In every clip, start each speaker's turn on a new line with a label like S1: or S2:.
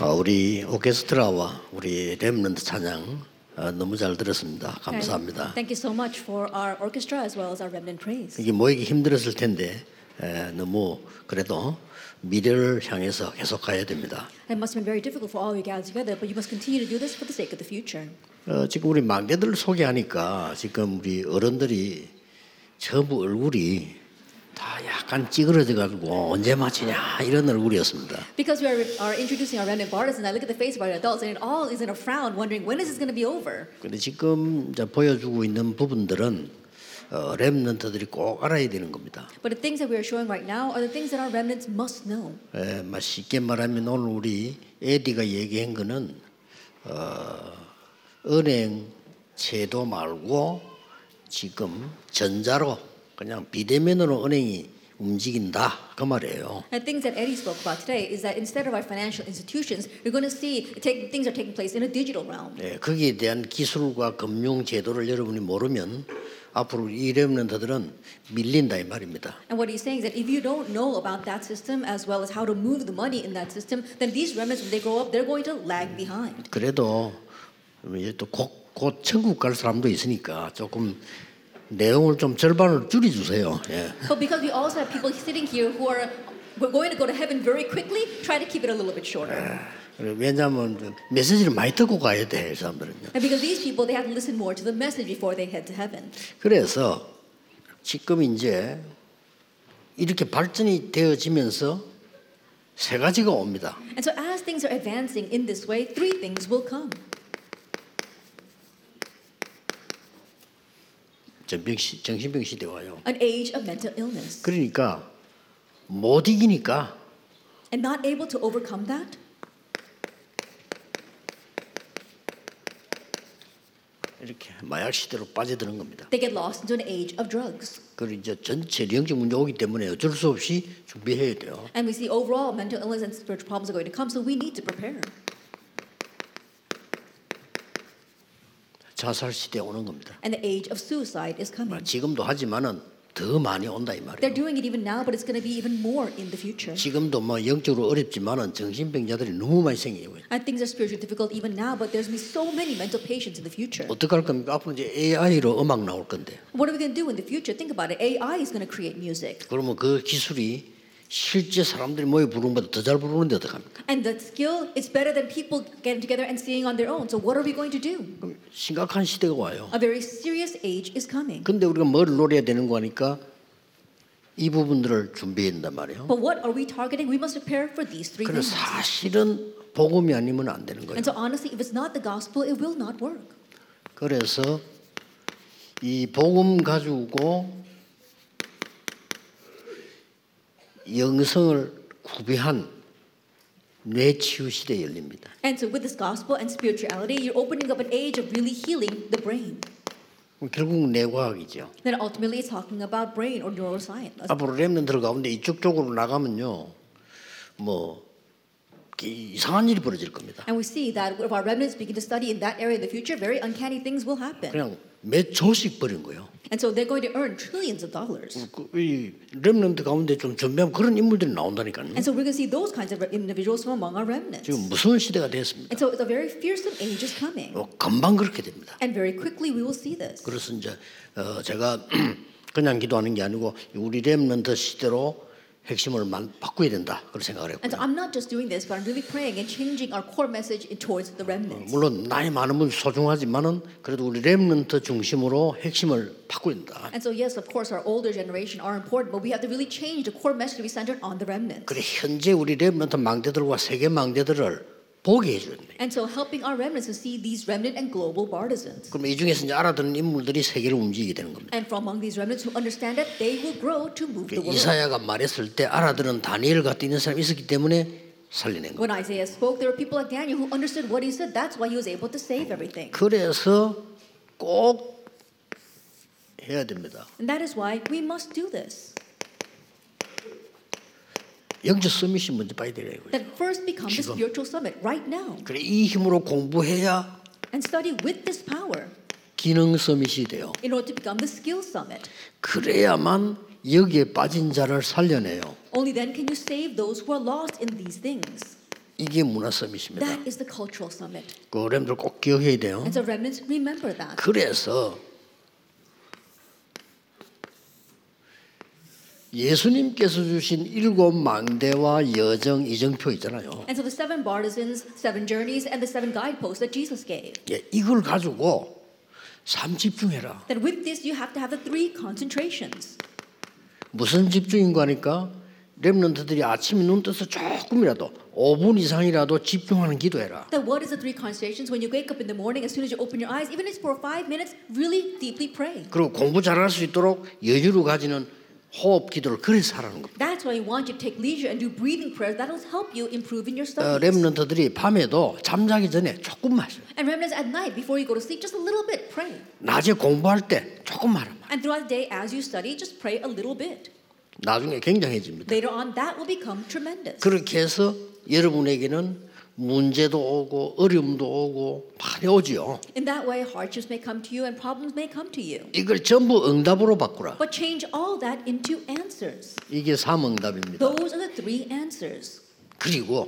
S1: 아, 우리 오케스트라와 우리 렘넌트 찬양 아, 너무 잘 들었습니다. 감사합니다.
S2: Thank you so much for our orchestra as well as our remnant praise.
S1: 이게 모이기 힘들었을 텐데 에, 너무 그래도 미래를 향해서 계속 가야 됩니다.
S2: It must have been very difficult for all of you guys together, but you must continue to do this for the sake of the future.
S1: 어, 지금 우리 막내들 소개하니까 지금 우리 어른들이 전부 얼굴이 다 약간 찌그러져 가지고 언제 마치냐 이런 얼굴이었습니다.
S2: Because we are, are introducing our remnant artists, and I look at the face of our adults, and it all is in a frown, wondering when is this going to be over.
S1: 근데 지금 이제 보여주고 있는 부분들은 어, 렘넌트들이 꼭 알아야 되는 겁니다.
S2: But the things that we are showing right now are the things that our remnants must know.
S1: 에, 막 쉽게 말하면 오늘 우리 에디가 얘기한 거는 어, 은행 제도 말고 지금 전자로 그냥 비대면으로 은행이 움직인다 그 말이에요.
S2: And things that Eddie spoke about today is that instead of our financial institutions, you're going to see take, things are taking place in a digital realm.
S1: 예, 거기에 대한 기술과 금융 제도를 여러분이 모르면 앞으로 이렘런터들은 밀린다 이 말입니다.
S2: And what he's saying is that if you don't know about that system as well as how to move the money in that system, then these remnants, when they grow up, they're going to lag behind.
S1: 그래도 이제 또곧 곧 천국 갈 사람도 있으니까 조금 내용을 좀 절반을 줄여주세요. 예.
S2: But because we also have people sitting here who are we're going to go to heaven very quickly, try to keep it a little bit shorter.
S1: 왜냐하면 메시지를 많이 듣고 가야 돼, 이 사람들은요.
S2: And because these people, they have to listen more to the message before they head to heaven.
S1: 그래서 지금 이제 이렇게 발전이 되어지면서 세 가지가 옵니다.
S2: And so as things are advancing in this way, three things will come.
S1: 정병 시, 정신병 시대 와요.
S2: An age of mental illness.
S1: 그러니까 못 이기니까
S2: And not able to overcome that,
S1: 이렇게 마약 시대로 빠져드는 겁니다.
S2: they get lost into an age of drugs.
S1: 그리고 이제 전체 영적 문제 오기 때문에 어쩔 수 없이 준비해야 돼요.
S2: And we see overall mental illness and spiritual problems are going to come, so we need to prepare.
S1: 자살 시대 오는 겁니다.
S2: And the age of suicide is
S1: 뭐
S2: coming.
S1: 지금도 하지만은 더 많이 온다 이 말이에요.
S2: They're doing it even now, but it's going to be even more in the future.
S1: 지금도 뭐 영적으로 어렵지만은 정신병자들이 너무 많이 생기고 있어요.
S2: And things are spiritually difficult even now, but there's going to be so many mental patients in the future.
S1: 어떡할 겁니까? 앞으로 이제 AI로 음악 나올 건데.
S2: What are we going to do in the future? Think about it. AI is going to create music.
S1: 그러면 그 기술이 실제 사람들이 모여 부르는 것보다 더 잘 부르는데 어떡합니까?
S2: And the skill is better than people getting together and singing on their own. So, what are we going to do?
S1: 그럼 심각한 시대가 와요.
S2: A very serious age is coming.
S1: 근데 우리가 뭐를 노려야 되는 거니까 이 부분들을 준비해야 된단 말이에요.
S2: But what are we targeting? We must prepare for these three
S1: 그래서
S2: things.
S1: 사실은 복음이 아니면 안 되는 거예요.
S2: And so, honestly, if it's not the gospel, it will not work.
S1: 그래서 이 복음 가지고 영성을 구비한 뇌치유 시대 열립니다.
S2: And so, with this gospel and spirituality, you're opening up an age of really healing the brain.
S1: 결국 뇌과학이죠.
S2: Then ultimately, it's talking about brain or neuroscience.
S1: 앞으로 렘넌들 가운데 이쪽 쪽으로 나가면요, 뭐 이상한 일이 벌어질 겁니다.
S2: And we see that if our remnants begin to study in that area in the future, very uncanny things will happen.
S1: 그냥 몇 조씩 버린 거예요.
S2: And so they're going to earn trillions of
S1: Mm-hmm.
S2: dollars.
S1: 그이 렘넌트 가운데 좀 준비하면 그런 인물들이 나온다니까요.
S2: And so we're going to see those kinds of individuals from among our remnants.
S1: 지금 무서운 시대가 되었습니다.
S2: And so it's a very fearsome age is coming.
S1: 어, 금방 그렇게 됩니다.
S2: And very quickly we will see this.
S1: 그래서 이제 어, 제가 그냥 기도하는 게 아니고 우리 렘넌트 시대로 핵심을 만- 바꿔야 된다 그런 생각을
S2: And
S1: 했고요.
S2: so I'm not just doing this, but I'm really praying and changing our core message in- towards the remnants.
S1: 물론 나이 많은 분 소중하지만은 그래도 우리 렘넌트 중심으로 핵심을 바꿔야 된다.
S2: And so yes, of course, our older generation are important, but we have to really change the core message to be centered on the remnants.
S1: 그래 현재 우리 렘넌트 망대들과 세계 망대들을 보게 해주네.
S2: And so helping our remnants to see these remnant and global partisans.
S1: 그럼 이 중에서 이제 알아듣는 인물들이 세계를 움직이게 되는 겁니다.
S2: And from among these remnants who understand that, they will grow to move the world.
S1: 이사야가 말했을 때 알아들은 다니엘 같은 이런 사람이 있었기 때문에 살려낸 거예요.
S2: When Isaiah spoke, there were people like Daniel who understood what he said. That's why he was able to save everything.
S1: 그래서 꼭 해야 됩니다.
S2: And that is why we must do this.
S1: 영적 서밋이 먼저 봐야 되고요.
S2: That first become the
S1: 지금.
S2: spiritual summit right now
S1: 그래 이 힘으로 공부해야
S2: and study with this power
S1: 기능 서밋이 돼요.
S2: in order to become the skill summit.
S1: 그래야만 여기에 빠진 자를 살려내요.
S2: Only then can you save those who are lost in these things.
S1: 이게 문화 서밋입니다.
S2: That is the cultural summit.
S1: 그 어른들 꼭 기억해야 돼요.
S2: And so, remnants, remember that.
S1: 그래서 예수님께서 주신 일곱 망대와 여정 이정표 있잖아요.
S2: And so, the seven bartisans, seven journeys, and the seven guideposts that Jesus gave.
S1: 예, 이걸 가지고 삼 집중해라.
S2: That with this, you have to have the three concentrations.
S1: 무슨 집중인가 하니까 렘런트들이 아침에 눈 떠서 조금이라도 5분 이상이라도 집중하는 기도해라.
S2: That what is the three concentrations? When you wake up in the morning, as soon as you open your eyes, even if it's for five minutes, really deeply pray.
S1: 그리고 공부 잘할 수 있도록 여유를 가지는 호흡 기도를 그래서 하라는 겁니다.
S2: That's why you want you to take leisure and do breathing prayers. That'll help you improve in
S1: 어,
S2: your studies.
S1: 렘런트들이 밤에도 잠자기 전에 조금만 하세요.
S2: And remnants at night, before you go to sleep, just a little bit pray.
S1: 낮에 공부할 때 조금만 하라.
S2: And throughout the day, as you study, just pray a little bit.
S1: 나중에 굉장해집니다.
S2: Later on, that will become tremendous.
S1: 그렇게 해서 여러분에게는 문제도 오고 어려움도 오고 많이 오지요.
S2: In that way, hardships may come to you and problems may come to you.
S1: 이걸 전부 응답으로 바꾸라.
S2: But change all that into answers.
S1: 이게 삼응답입니다.
S2: Those are the three answers.
S1: 그리고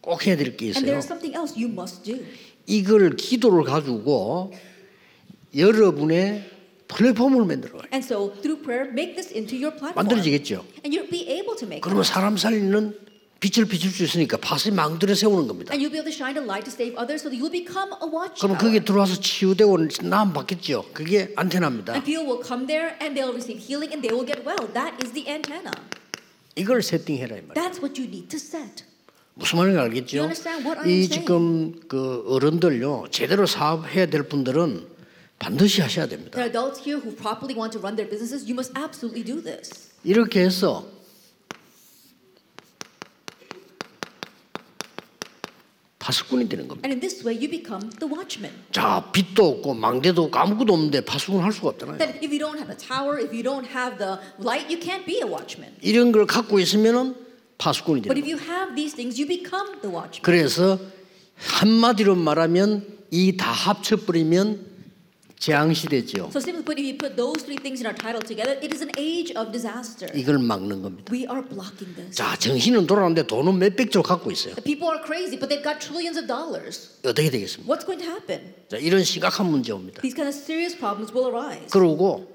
S1: 꼭 해야 될 게 있어요.
S2: And there's something else you must do.
S1: 이걸 기도를 가지고 여러분의 플랫폼을 만들어요.
S2: And so, through prayer, make this into your platform.
S1: 만들어지겠죠.
S2: And you'll be able to make it.
S1: 그러면 사람 살리는 빛을 비출 수 있으니까 밭을 망들여 세우는 겁니다.
S2: And you'll be able to shine a light to save others so that you'll become a watchtower.
S1: 그럼 그게 들어와서 치유되고 나음 받겠죠. 그게 안테나입니다.
S2: And people will come there and they'll receive healing and they will get well. That is the antenna.
S1: 이걸 세팅해라 이 말이에요.
S2: That's what you need to set.
S1: 무슨 말인지 알겠죠?
S2: You understand what I'm
S1: 이
S2: saying?
S1: 지금 그 어른들요 제대로 사업해야 될 분들은 반드시 하셔야 됩니다.
S2: There are adults here who properly want to run their businesses. You must absolutely do this.
S1: 이렇게 해서 파수꾼이 되는 겁니다.
S2: And in this way, you become the watchman.
S1: 자, 빚도 없고 망대도 없고 아무것도 없는데 파수꾼 할 수가 없잖아요.
S2: That if you don't have a tower, if you don't have the light, you can't be a watchman.
S1: 이런 걸 갖고 있으면은 파수꾼이 되는
S2: But if
S1: 겁니다.
S2: you have these things, you become the watchman.
S1: 그래서 한마디로 말하면 이 다 합쳐버리면 재앙 시대죠.
S2: So simply put, if you put those three things in our title together, it is an age of disaster.
S1: 이걸 막는 겁니다.
S2: We are blocking this.
S1: 자, 정신은 돌아오는데 돈은 몇백 조 갖고 있어요.
S2: The people are crazy, but they've got trillions of dollars.
S1: 어떻게 되겠습니까?
S2: What's going to happen?
S1: 자, 이런 심각한 문제입니다.
S2: These kind of serious problems will arise.
S1: 그러고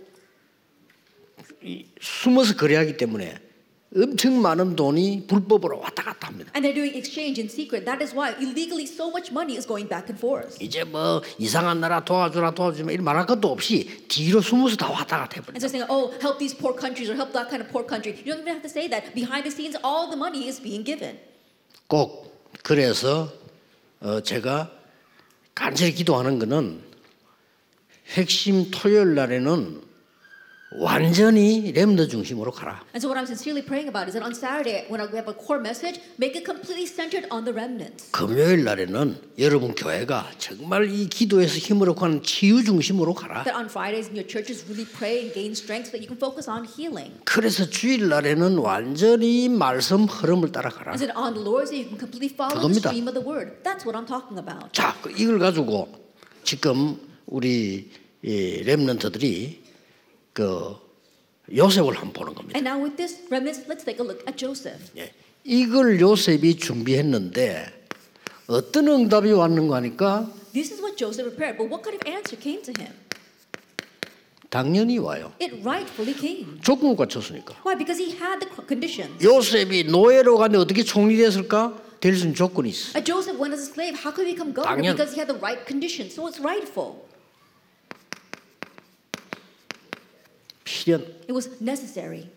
S1: 이, 숨어서 거래하기 때문에 엄청 많은 돈이 불법으로 왔다 갔다 합니다.
S2: And they're doing exchange in secret. That is why illegally so much money is going back and forth.
S1: 이제 뭐 이상한 나라 도와주라 도와주면 이런 말할 것도 없이 뒤로 숨어서 다 왔다 갔다 해버려요.
S2: And so saying, oh, help these poor countries or help that kind of poor country. You don't even have to say that. Behind the scenes, all the money is being given.
S1: 꼭 그래서 어, 제가 간절히 기도하는 거는 핵심 토요일 날에는 완전히 렘더 중심으로 가라.
S2: And so what I'm sincerely praying about is that on Saturday, when we have a core message, make it completely centered on the remnants.
S1: 금요일 날에는 여러분 교회가 정말 이 기도에서 힘을 얻고 하는 치유 중심으로 가라.
S2: That on Fridays in your churches, really pray and gain strength so that you can focus on healing.
S1: 그래서 주일 날에는 완전히 말씀 흐름을 따라가라.
S2: And so on the Lord's Day, you can completely follow the
S1: 그겁니다.
S2: stream of the word. That's what I'm talking about.
S1: 자, 그 이걸 가지고 지금 우리 이 렘넌트들이 그 요셉을 한번 보는 겁니다.
S2: And now with this remnants, let's take a look at Joseph.
S1: 예. 이걸 요셉이 준비했는데 어떤 응답이 왔는가 하니까
S2: This is what Joseph prepared, but what kind of answer came to him?
S1: 당연히 와요.
S2: It rightfully came.
S1: 조건을 갖췄으니까.
S2: Why? Because he had the conditions.
S1: 요셉이 노예로 가는데 어떻게 총리됐을까? 될 수 있는 조건이 있어.
S2: Uh, Joseph went as a slave. How could he become governor?
S1: 당연.
S2: Because he had the right conditions. So it's rightful.
S1: 필연
S2: It was necessary.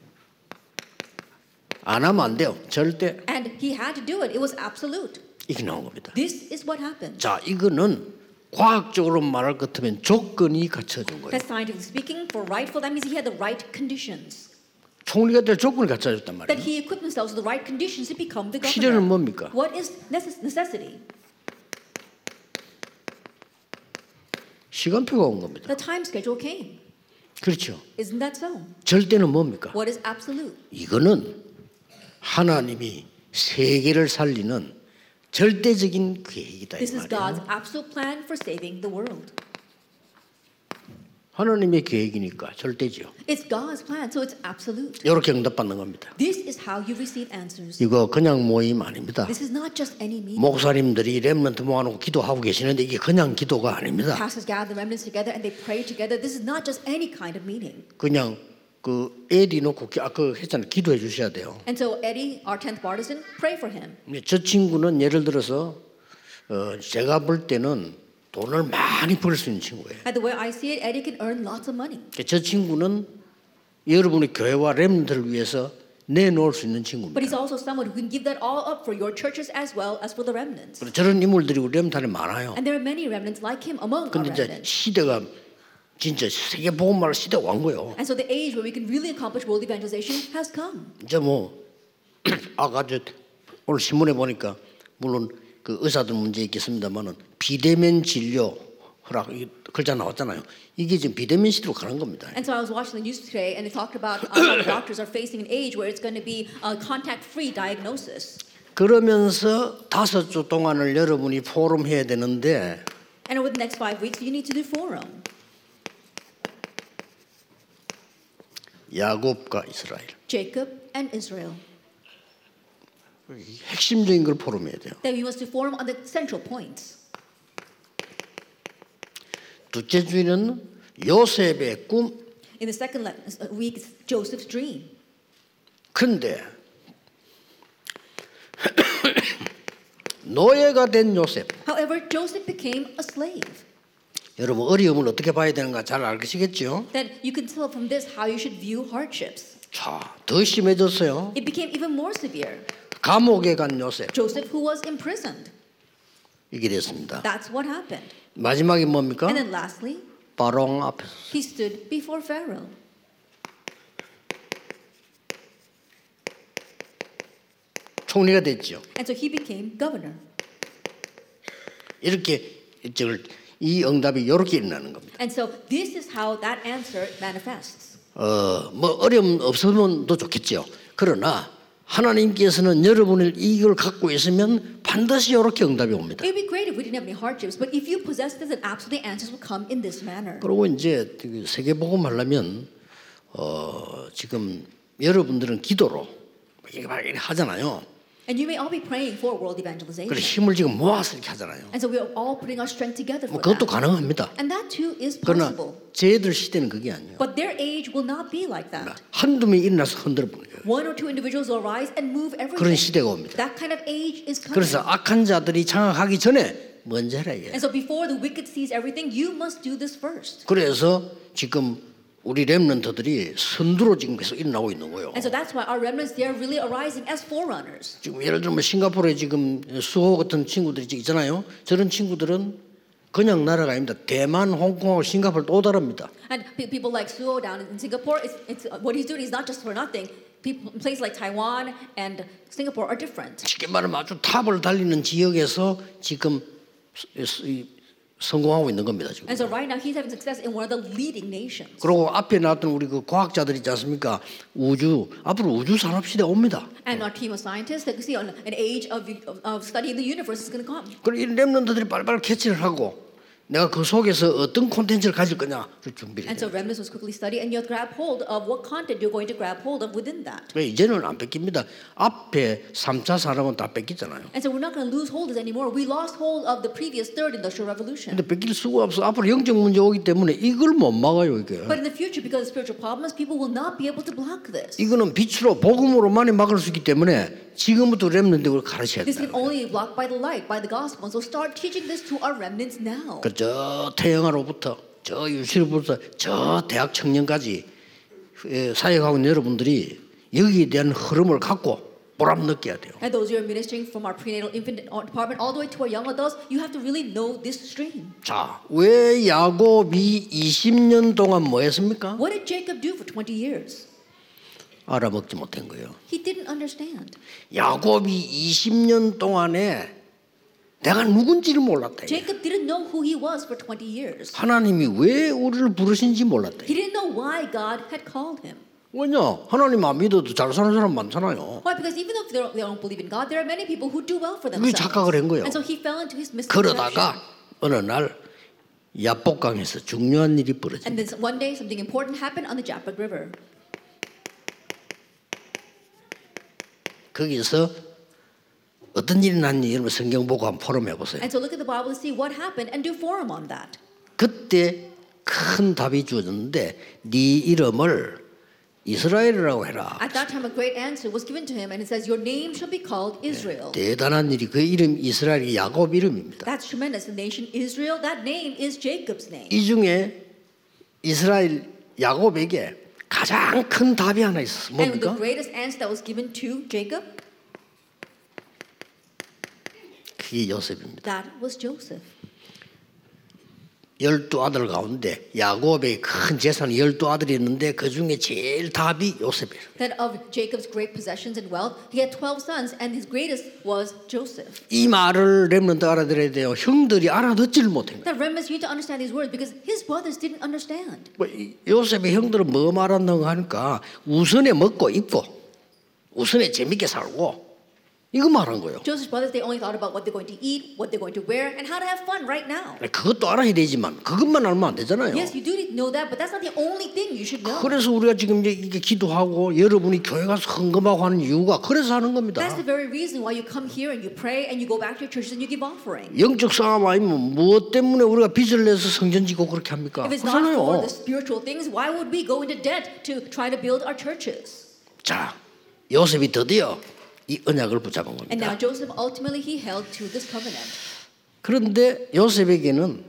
S1: 안 하면 안 돼요. 절대
S2: And he had to do it. It was absolute.
S1: 이게 나온 겁니다.
S2: This is what happened.
S1: 자, 이거는 과학적으로 말할 것 같으면 조건이 갖춰진 거예요.
S2: That's scientifically speaking, for rightful, that means he had the right conditions.
S1: 총리가 될 조건을 갖춰줬단
S2: That
S1: 말이에요.
S2: he equipped himself with the right conditions to become the
S1: 필요는
S2: governor.
S1: 뭡니까?
S2: What is necess- necessity?
S1: 시간표가 온 겁니다.
S2: The time schedule came.
S1: 그렇죠.
S2: Isn't that so?
S1: 절대는 뭡니까?
S2: What is absolute?
S1: 이거는 하나님이 세계를 살리는 절대적인 계획이다 이
S2: This
S1: 말이에요.
S2: is God's absolute plan for saving the world.
S1: 하나님의 계획이니까 절대죠.
S2: It's God's plan, so it's absolute.
S1: 이렇게 응답받는 겁니다.
S2: This is how you receive answers.
S1: 이거 그냥 모임 아닙니다.
S2: This is not just any meeting.
S1: 목사님들이 렘런트 모아놓고 기도하고 계시는데 이게 그냥 기도가 아닙니다.
S2: Pastors gather the remnants together and they pray together. This is not just any kind of meeting.
S1: 그냥 그 애디 놓고 기- 아까 했잖아요. 기도해 주셔야 돼요.
S2: And so Eddie, our 10th partisan, pray for him.
S1: 근데 저 친구는 예를 들어서 어, 제가 볼 때는 돈을 많이 벌 수 있는 친구예요.
S2: And the way I see it, Eddie can earn lots of money.
S1: 그러니까 저 친구는 여러분의 교회와 렘들을 위해서 내놓을 수 있는
S2: But
S1: 친구입니다.
S2: he's also someone who can give that all up for your churches as well as for the remnants.
S1: 그리고 저런 인물들이 우리 렘탄에 많아요.
S2: And there are many remnants like him among our
S1: 근데 이제
S2: remnants.
S1: 시대가 진짜 세계 보험말 시대가 온 거예요.
S2: And so the age where we can really accomplish world evangelization has come.
S1: 이제 뭐 아까 저 오늘 신문에 보니까 물론 그 의사들 문제 있겠습니다만은 비대면 진료 허락 이 글자 나왔잖아요. 이게 지금 비대면 시대로 가는 겁니다.
S2: And so I was watching the news today and it talked about uh, how doctors are facing an age where it's going to be a contact free diagnosis.
S1: 그러면서 다섯 주 동안을 여러분이 포럼 해야 되는데
S2: And over the next five weeks, you need to do forum
S1: 야곱과 이스라엘
S2: Jacob and Israel.
S1: 핵심적인 걸 포럼해야 돼요.
S2: Then we must do forum on the central points.
S1: 둘째 주에는 요셉의 꿈.
S2: In the second le- uh, week, it's Joseph's dream.
S1: 근데 노예가 된 요셉.
S2: However, Joseph became a slave.
S1: 여러분 어려움을 어떻게 봐야 되는가 잘 알겠시겠죠?
S2: Then you can tell from this how you should view hardships.
S1: 자, 더 심해졌어요.
S2: It became even more severe.
S1: 감옥에 간 요셉
S2: Joseph, who was imprisoned,
S1: 이게 됐습니다.
S2: that's what happened.
S1: 마지막이 뭡니까?
S2: And then lastly,
S1: 바롱 앞에서
S2: he stood before Pharaoh.
S1: 총리가 됐죠.
S2: And so he became governor.
S1: 이렇게 이쪽을 이 응답이 이렇게 일어나는 겁니다.
S2: And so this is how that answer manifests.
S1: 어, 뭐 어려움 없으면 더 좋겠죠. 그러나 하나님께서는 여러분을 이걸 갖고 있으면 반드시 이렇게 응답이 옵니다.
S2: It would be great if we didn't have any hardships, but if you possess this, then absolutely answers will come in this manner.
S1: 그리고 이제 그 세계 복음 하려면 어, 지금 여러분들은 기도로 이렇게 막 이렇게 하잖아요.
S2: And you may all be praying for world
S1: 그래서
S2: evangelization.
S1: 힘을 지금 모아서 이렇게 하잖아요.
S2: And so we are all putting our strength together
S1: 뭐
S2: for
S1: 그것도
S2: that.
S1: 가능합니다.
S2: And that too is
S1: 그러나
S2: possible.
S1: 저희들 시대는 그게 아니에요.
S2: But their age will not be like that.
S1: 한두 명이 일어나서 흔들어 보는 거예요.
S2: One or two individuals will rise and move
S1: 그런
S2: everything.
S1: 시대가 옵니다.
S2: That kind of age is coming.
S1: 그래서 악한 자들이 장악하기 전에 먼저 해라 이게.
S2: And so before the wicked sees everything, you must do this first.
S1: 그래서 지금 우리 렘런트들이 선두로 지금 계속 일어나고 있는 거예요.
S2: And so that's why our remnants, they are really arising as forerunners.
S1: 지금 예를 들면 싱가포르에 지금 수호 같은 친구들이 지금 있잖아요. 저런 친구들은 그냥 나라가 아닙니다. 대만, 홍콩하고 싱가포르 또 다릅니다.
S2: And pe- people like Suo down in Singapore, it's, it's, what he's doing is not just for nothing. People, places like Taiwan and Singapore are different.
S1: 쉽게 말하면 아주 탑을 달리는 지역에서 지금 스- 스- 이- 성공하고 있는 겁니다. 지금.
S2: And so right now, he's having success in one of the leading nations.
S1: 그리고 앞에 나왔던 우리 그 과학자들 있지 않습니까? 우주 앞으로 우주 산업 시대 옵니다.
S2: And our team of scientists, they can see on an age of, of, of studying the universe is going to come.
S1: 그리고 이 렘런트들이 빨리빨리 캐치를 하고 내가 그 속에서 어떤 콘텐츠를 가질 거냐를 그 준비를 해요.
S2: And so remnants was quickly studied, and you grab hold of what content you're going to grab hold of within that.
S1: 그러니까 이제는 안 뺏깁니다. 앞에 3차 산업은 다 뺏기잖아요.
S2: And so we're not going to lose hold of it anymore. We lost hold of the previous third industrial revolution.
S1: 근데 뺏길 수가 없어. 앞으로 영적 문제 오기 때문에 이걸 못 막아요, 이게.
S2: But in the future, because of spiritual problems, people will not be able to block this.
S1: 이거는 빛으로 복음으로만이 막을 수 있기 때문에 지금부터 렘런트를 가르쳐야
S2: This can
S1: 돼요.
S2: only be blocked by the light, by the gospel. And so start teaching this to our remnants now.
S1: 그저 태영아로부터 저 유치로부터 저 대학 청년까지 예, 사역하고 있는 여러분들이 여기에 대한 흐름을 갖고 보람 느껴야 돼요.
S2: And those who are ministering from our prenatal infant department all the way to our young adults, you have to really know this stream.
S1: 자, 왜 야곱이 20년 동안 뭐 했습니까?
S2: What did Jacob do for 20 years?
S1: 알아먹지 못한 거예요.
S2: He didn't understand.
S1: 야곱이 20년 동안에 내가 누군지를 몰랐다. 이게.
S2: Jacob didn't know who he was for 20 years.
S1: 하나님이 왜 우리를 부르신지 몰랐다.
S2: He
S1: 이게.
S2: didn't know why God had called him.
S1: 왜냐? 하나님 안 믿어도 잘 사는 사람 많잖아요.
S2: Why? Because even though they don't, they don't believe in God, there are many people who do well for
S1: 그게
S2: themselves.
S1: 착각을 한 거예요.
S2: And so he fell into his misconception.
S1: 그러다가 어느 날 야복강에서 중요한 일이 벌어집니다.
S2: And then one day something important happened on the Japag River.
S1: 거기서 어떤 일이 났는지 여러분 성경 보고 한번 포럼 해보세요.
S2: And so look at the Bible and see what happened and do forum on that.
S1: 그때 큰 답이 주어졌는데 네 이름을 이스라엘이라고 해라.
S2: At that time, a great answer was given to him, and it says, Your name shall be called Israel.
S1: 대단한 일이 그 이름 이스라엘이 야곱 이름입니다.
S2: That's tremendous. The nation Israel, that name is Jacob's name.
S1: 이 중에 이스라엘 야곱에게 가장 큰 답이 하나 있었어.
S2: And the
S1: 뭡니까?
S2: greatest answer that was given to Jacob,
S1: 그게 요셉입니다.
S2: that was Joseph.
S1: 열두 아들 가운데 야곱의 큰 재산 열두 아들이 있는데 그 중에 제일 답이 요셉이에요.
S2: That of Jacob's great possessions and wealth, he had 12 sons, and his greatest was Joseph.
S1: 이 말을 렘넌트 알아들어야 돼요. 형들이 알아듣질 못해요.
S2: That remnants you need to understand these words because his brothers didn't understand.
S1: 뭐 이- 요셉의 형들은 뭐 말한다고 하니까 우선에 먹고 입고 우선에 재밌게 살고 이거 말한 거예요.
S2: Joseph's brothers, they only thought about what they're going to eat, what they're going to wear, and how to have fun right now.
S1: 그것도 알아야 되지만 그것만 알면 안 되잖아요.
S2: Yes, you do need to know that, but that's not the only thing you should know.
S1: 그래서 우리가 지금 이제 이게 기도하고 여러분이 교회 가서 헌금하고 하는 이유가 그래서 하는 겁니다.
S2: That's the very reason why you come here and you pray and you go back to your churches and you give offering.
S1: 영적 싸움 아니면 무엇 때문에 우리가 빚을 내서 성전 지고 그렇게 합니까?
S2: If it's not for
S1: 그렇잖아요.
S2: the spiritual things, why would we go into debt to try to build our churches?
S1: 자, 요셉이 드디어 이 언약을 붙잡은 겁니다.
S2: And now Joseph ultimately he held to this covenant.
S1: 그런데 요셉에게는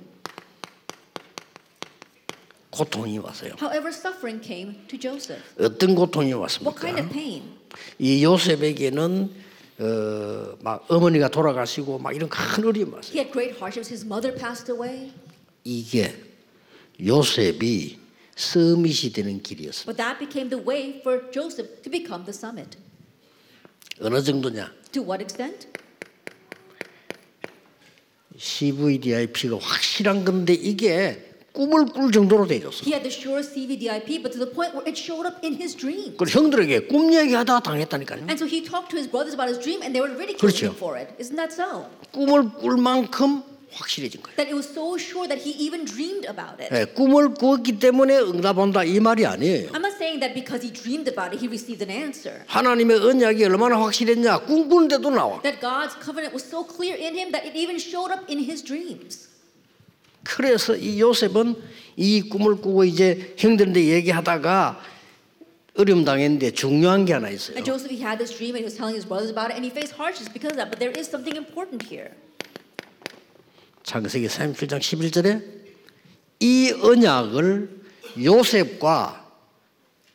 S1: 고통이 왔어요.
S2: However, suffering came to Joseph.
S1: 어떤 고통이
S2: What kind
S1: 왔습니까?
S2: of pain?
S1: 이 요셉에게는 어, 막 어머니가 돌아가시고 막 이런 큰 어려움이 왔어요.
S2: He had great hardships. His mother passed away,
S1: 이게 요셉이 서밋이 되는 길이었어요.
S2: but that became the way for Joseph to become the summit.
S1: 어느 정도냐?
S2: To what extent?
S1: CVDIP가 확실한 건데 이게 꿈을 꿀 정도로 돼졌어.
S2: He had the surest CVDIP, but to the point where it showed up in his dream.
S1: 그 형들에게 꿈 얘기하다 당했다니까요.
S2: And so he talked to his brothers about his dream, and they were ridiculing
S1: 그렇죠.
S2: him for it. Isn't that so?
S1: 꿈을 꿀 만큼 확실해진 거예요.
S2: That it was so sure that he even dreamed about it.
S1: 예, 꿈을 꾸었기 때문에 응답한다 이 말이 아니에요.
S2: I'm not saying that because he dreamed about it, he received an answer.
S1: 하나님의 언약이 얼마나 확실했냐 꿈꾸는데도 나와.
S2: That God's covenant was so clear in him that it even showed up in his dreams.
S1: 그래서 이 요셉은 이 꿈을 꾸고 이제 형들한테 얘기하다가 어려움 당했는데 중요한 게 하나 있어요.
S2: And Joseph, he had this dream and he was telling his brothers about it, and he faced hardships because of that. But there is something important here.
S1: 창세기 37장 11절에 이 언약을 요셉과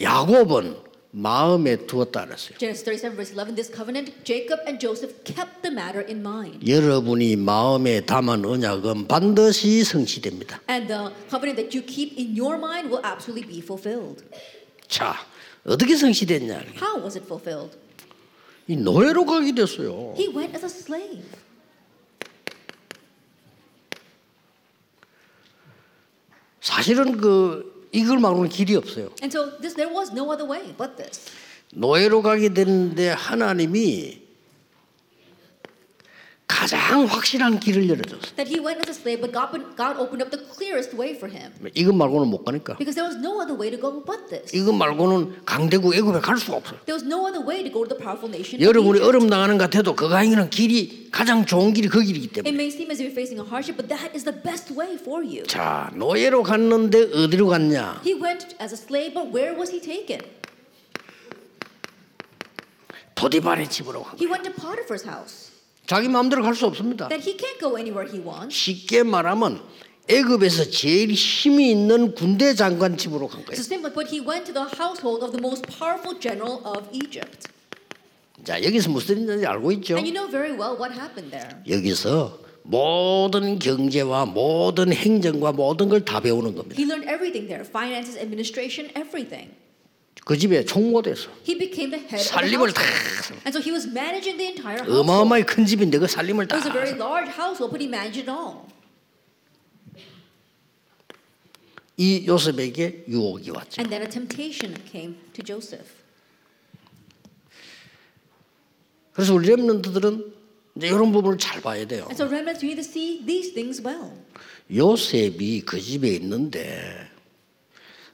S1: 야곱은 마음에 두었다 그랬어요.
S2: Genesis 37, verse 11 this covenant, Jacob and Joseph kept the matter in mind.
S1: 여러분이 마음에 담은 언약은 반드시 성취됩니다.
S2: And the covenant that you keep in your mind will absolutely be fulfilled.
S1: 자, 어떻게 성취됐냐?
S2: How was it fulfilled?
S1: 이 노예로 가게 됐어요.
S2: He went as a slave.
S1: 사실은 그 이걸 막는 길이 없어요.
S2: And so this, there was no other way but this.
S1: 노예로 가게 됐는데 하나님이 가장 확실한 길을 열어줬어요.
S2: That he went as a slave, but God, opened- God opened up the clearest way for him.
S1: 이것 말고는 못 가니까.
S2: Because there was no other way to go but this.
S1: 이것 말고는 강대국 애굽에 갈 수가 없어요.
S2: There was no other way to go to the powerful nation. of
S1: 여러분이
S2: Egypt.
S1: 어려움 당하는 것 같아도 그가 행하는 길이 가장 좋은 길이 그 길이기
S2: It
S1: 때문에.
S2: may seem as if you're facing a hardship, but that is the best way for you.
S1: 자, 노예로 갔는데 어디로 갔냐?
S2: He went as a slave, but where was he taken?
S1: 보디발의 집으로 간 거예요.
S2: He went to Potiphar's house.
S1: 자기 마음대로 갈 수 없습니다.
S2: That he can't go anywhere he wants.
S1: 쉽게 말하면 애굽에서 제일 힘이 있는 군대 장관 집으로 간 거예요.
S2: So simply put, he went to the household of the most powerful general of Egypt.
S1: 자, 여기서 무슨 일인지 알고 있죠?
S2: And you know very well what happened there.
S1: 여기서 모든 경제와 모든 행정과 모든 걸 다 배우는 겁니다.
S2: He learned everything there finances, administration, everything.
S1: 그 집에 총무가 됐어.
S2: He became the head of the
S1: 살림을 다
S2: household. And so he was managing the entire household.
S1: 어마어마히 큰 집인데 그 살림을
S2: It
S1: 다
S2: was a very large household, but he managed it all.
S1: 이 요셉에게 유혹이 왔죠.
S2: And then a temptation came to Joseph.
S1: 그래서 우리 렘런트들은 이제 이런 부분을 잘 봐야 돼요.
S2: And so remnants, you need to see these things well.
S1: 요셉이 그 집에 있는데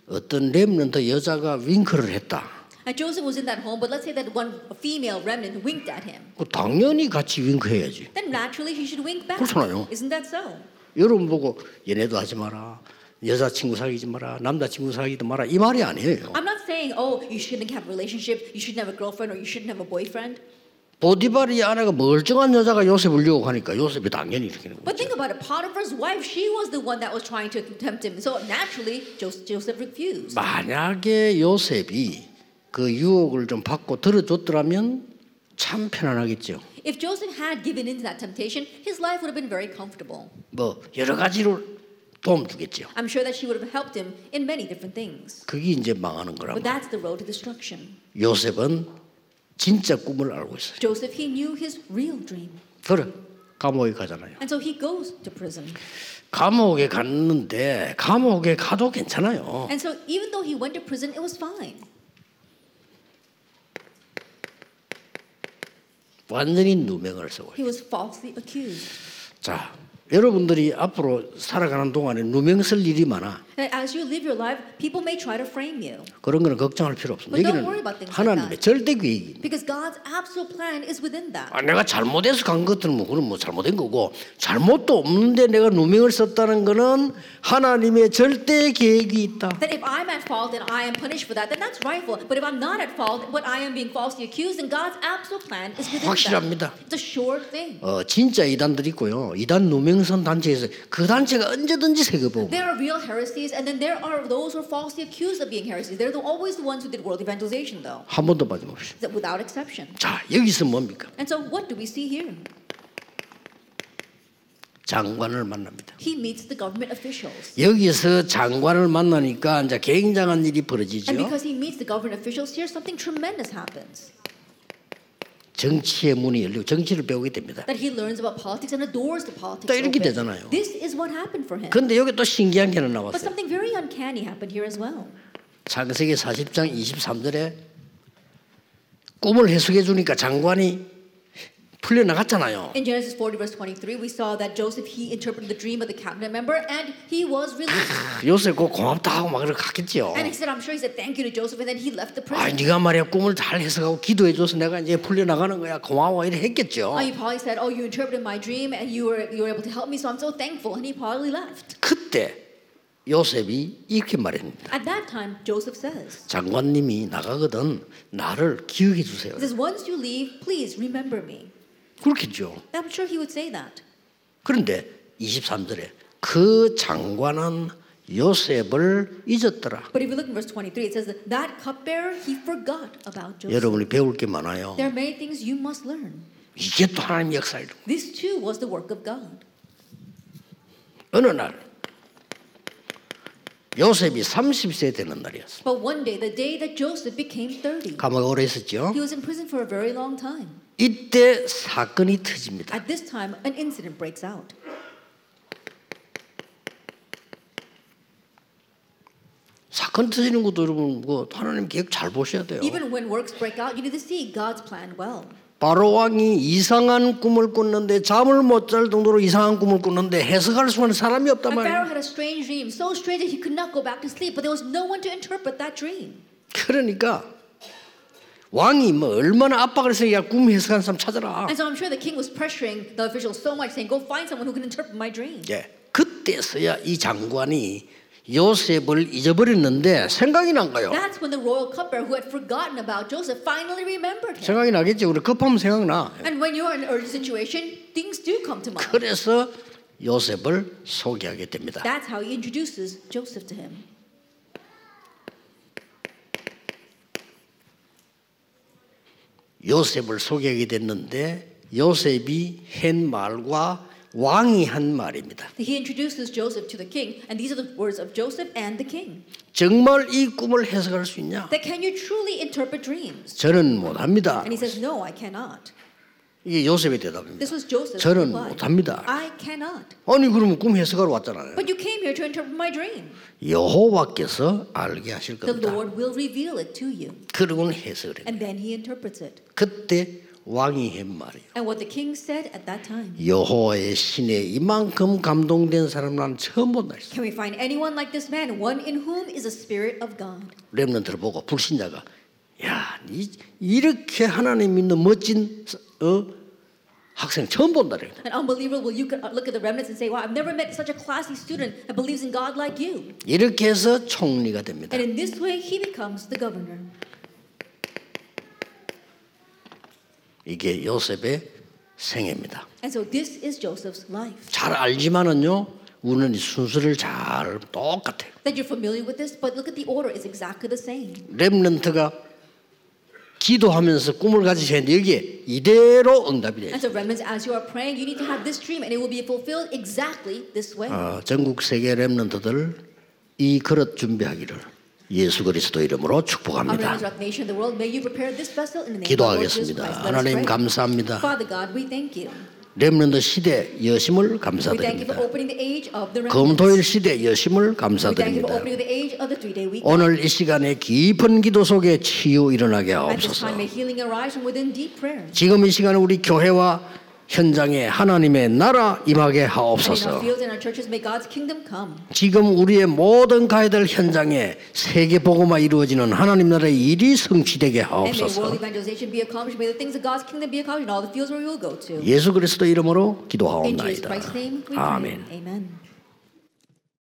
S1: 어떤 렘넌트 여자가 윙크를 했다.
S2: And Joseph was in that home, but let's say that one female remnant winked at him.
S1: 그 당연히 같이 윙크해야지.
S2: Then naturally he should wink back.
S1: 그렇잖아요.
S2: Isn't that so?
S1: 여러분 보고 얘네도 하지 마라. 여자친구 사귀지 마라. 남자친구 사귀지 마라. 이 말이 아니에요.
S2: I'm not saying, oh, you shouldn't have a relationship, you shouldn't have a girlfriend, or you shouldn't have a boyfriend.
S1: 보디발이 아내가 멀쩡한 여자가 요셉을 유혹하니까 요셉이 당연히 이렇게 되는 거예요.
S2: But think about it. Potiphar's wife, she was the one that was trying to tempt him. So naturally, Jos- Joseph refused.
S1: 만약에 요셉이 그 유혹을 좀 받고 들어줬더라면 참 편안하겠죠.
S2: If Joseph had given in to that temptation, his life would have been very comfortable.
S1: 뭐 여러 가지로 도움 주겠죠.
S2: I'm sure that she would have helped him in many different things.
S1: 그게 이제 망하는
S2: But
S1: 거라고.
S2: that's the road to destruction.
S1: 요셉은 진짜 꿈을 알고 있어요.
S2: Joseph, he knew his real dream.
S1: 그래 감옥에 가잖아요.
S2: And so he goes to prison.
S1: 감옥에 갔는데 감옥에 가도 괜찮아요.
S2: And so even though he went to prison, it was fine.
S1: 완전히 누명을 쓰고.
S2: He was falsely accused.
S1: 자, 여러분들이 앞으로 살아가는 동안에 누명 쓸 일이 많아.
S2: And as you live your life, people may try to frame you.
S1: 그런 거는 걱정할 필요
S2: But
S1: 없습니다.
S2: don't worry about
S1: 여기는
S2: things like
S1: 하나님의 절대 계획입니다.
S2: Because God's absolute plan is within that.
S1: 아, 내가 잘못해서 간 것들은 뭐 그건 뭐 잘못된 거고 잘못도 없는데 내가 누명을 썼다는 거는 하나님의 절대 계획이 있다.
S2: That if I'm at fault and I am punished for that, then that's rightful. But if I'm not at fault, but I am being falsely accused, then God's absolute plan is within
S1: 확실합니다.
S2: that. It's a sure thing.
S1: 어, 진짜 이단들 있고요. 이단 누명선 단체에서 그 단체가 언제든지 세계보험.
S2: There are real heresies, and then there are those who are falsely accused of being heresies. They're the, always the ones who did world evangelization, though,
S1: 한 번도 빠짐없이.
S2: that- without exception.
S1: 자 여기서 뭡니까?
S2: And so, what do we see here?
S1: 장관을 만납니다.
S2: He meets the government officials.
S1: 여기서 장관을 만나니까 이제 굉장한 일이
S2: And
S1: 벌어지죠.
S2: because he meets the government officials here, something tremendous happens.
S1: 정치의 문이 열리고 정치를 배우게 됩니다.
S2: That he learns about politics and adores the politics.
S1: 또 이렇게
S2: open.
S1: 되잖아요.
S2: This is what happened for him.
S1: 근데 여기 또 신기한 게 하나
S2: But
S1: 나왔어요.
S2: something very uncanny happened here as well.
S1: 창세기 40장 23절에 꿈을 해석해 주니까 장관이 풀려 나갔잖아요.
S2: In Genesis 40, verse 23, we saw that Joseph, he interpreted the dream of the cabinet member and he was released.
S1: 요새 그 고맙다 하고 막 그렇게 갔겠지요.
S2: and he said, I'm sure he said thank you to Joseph, and then he left the
S1: 아,
S2: prison.
S1: 네가 말이야 꿈을 잘 해석하고 기도해 줘서 내가 이제 풀려 나가는 거야. 고마워 이래 했겠죠.
S2: Oh, he probably said, Oh, you interpreted my dream and you were, you were able to help me, so I'm so thankful. And he probably left.
S1: 그때 요셉이 이렇게 말했습니다.
S2: At that time, Joseph says,
S1: 장관님이 나가거든 나를 기억해 주세요.
S2: He says, Once you leave, please remember me.
S1: 그렇겠죠.
S2: I'm sure he would say that.
S1: 그런데 23절에 그 장관은 요셉을 잊었더라.
S2: But if you look in verse 23, it says that, that cupbearer, he forgot about Joseph.
S1: 여러분이 배울 게 많아요.
S2: There are many things you must learn.
S1: 이게 또 하나님 역사예요.
S2: This too was the work of God.
S1: 어느 날 요셉이 30세 되는 날이었어.
S2: But one day, the day that Joseph became 30,
S1: 감옥에 오래 있었죠.
S2: he was in prison for a very long time.
S1: 이때 사건이 터집니다.
S2: At this time, an incident breaks out.
S1: 사건 터지는 것도 여러분 뭐 하나님 계획 잘 보셔야 돼요.
S2: Even when works break out, you need to see God's plan well.
S1: 바로 왕이 이상한 꿈을 꿨는데 잠을 못 잘 정도로 이상한 꿈을 꿨는데 해석할 수 있는 사람이 없단
S2: And Pharaoh
S1: 말이에요.
S2: had a strange dream, so strange that he could not go back to sleep, but there was no one to interpret that dream.
S1: 그러니까 왕이 뭐 얼마나 압박을 했으니까 꿈 해석한 사람 찾아라.
S2: And so I'm sure the king was pressuring the officials so much, saying, Go find someone who can interpret my dream.
S1: 예. 그때서야 이 장관이 요셉을 잊어버렸는데 생각이 난 거예요.
S2: That's when the royal cupbearer, who had forgotten about Joseph, finally remembered him.
S1: 생각이 나겠지. 우리 급하면 생각나.
S2: And when you're in an urgent situation, things do come to mind.
S1: 그래서 요셉을 소개하게 됩니다.
S2: That's how he introduces Joseph to him.
S1: 요셉을 소개하게 됐는데 요셉이 한 말과 왕이 한 말입니다.
S2: He introduces Joseph to the king, and these are the words of Joseph and the king.
S1: 정말 이 꿈을 해석할 수 있냐?
S2: That can you truly interpret dreams?
S1: 저는 못합니다.
S2: And he says, No, I cannot.
S1: 이게 요셉의 대답입니다.
S2: This was Joseph's
S1: 저는
S2: reply.
S1: 못합니다.
S2: I cannot.
S1: 아니 그러면 꿈 해석하러 왔잖아요.
S2: But you came here to interpret my dream.
S1: 여호와께서 알게 하실
S2: The
S1: 겁니다.
S2: Lord will reveal it to you.
S1: 그러고는 해석을 해요.
S2: And then he interprets it.
S1: 그때 왕이 한 말이에요.
S2: And what the king said at that time.
S1: 여호와의 신에 이만큼 감동된 사람 난 처음 본다 했어.
S2: Can we find anyone like this man, one in whom is a spirit of God?
S1: 렘넌트를 보고 불신자가 야, 이, 이렇게 하나님 믿는 멋진 어? 학생 처음 본다 그래.
S2: An unbeliever will you could look at the remnants and say, Wow, I've never met such a classy student that believes in God like you.
S1: 이렇게 해서 총리가 됩니다.
S2: And in this way, he becomes the governor.
S1: 이게 요셉의 생애입니다.
S2: And so this is Joseph's life.
S1: 잘 알지만은요, 우리는 이 순서를 잘 똑같아요.
S2: That you're familiar with this, but look at the order, it's exactly the same.
S1: 렘넌트가 기도하면서 꿈을 가지셨는데 여기에 이대로 응답이 돼요.
S2: And so, remnants, as you are praying, you need to have this dream, and it will be fulfilled exactly this way.
S1: 어, 전국 세계 렘넌트들 이 그릇 준비하기를 예수 그리스도 이름으로
S2: Our
S1: 축복합니다.
S2: remnants throughout the nation of the world, may you prepare this vessel in the name of the Lord Jesus
S1: 기도하겠습니다.
S2: Christ. Let us
S1: 하나님
S2: pray.
S1: 감사합니다.
S2: Father God, we thank you.
S1: 렘넌트 시대 여심을
S2: We thank you for
S1: 감사드립니다.
S2: opening the age of the remnants.
S1: 검토일 시대 여심을
S2: We thank you for
S1: 감사드립니다.
S2: opening the age of the three-day week.
S1: 오늘 이 시간에 깊은 기도 속에 치유 일어나게
S2: At this
S1: 하옵소서.
S2: time, may healing arise from within deep prayer.
S1: 지금 이 시간에 우리 교회와 현장에 하나님의 나라 임하게
S2: And in our
S1: 하옵소서.
S2: fields and our churches, may God's kingdom come.
S1: 지금 우리의 모든 가야될 현장에 세계 복음화 이루어지는 하나님 나라의 일이 성취되게
S2: And may world
S1: 하옵소서.
S2: evangelization be accomplished. May the things of God's kingdom be accomplished in all the fields where we will go to.
S1: 예수 그리스도 이름으로
S2: In Jesus
S1: 기도하옵나이다.
S2: Christ's name, we pray.
S1: 아멘.
S2: Amen.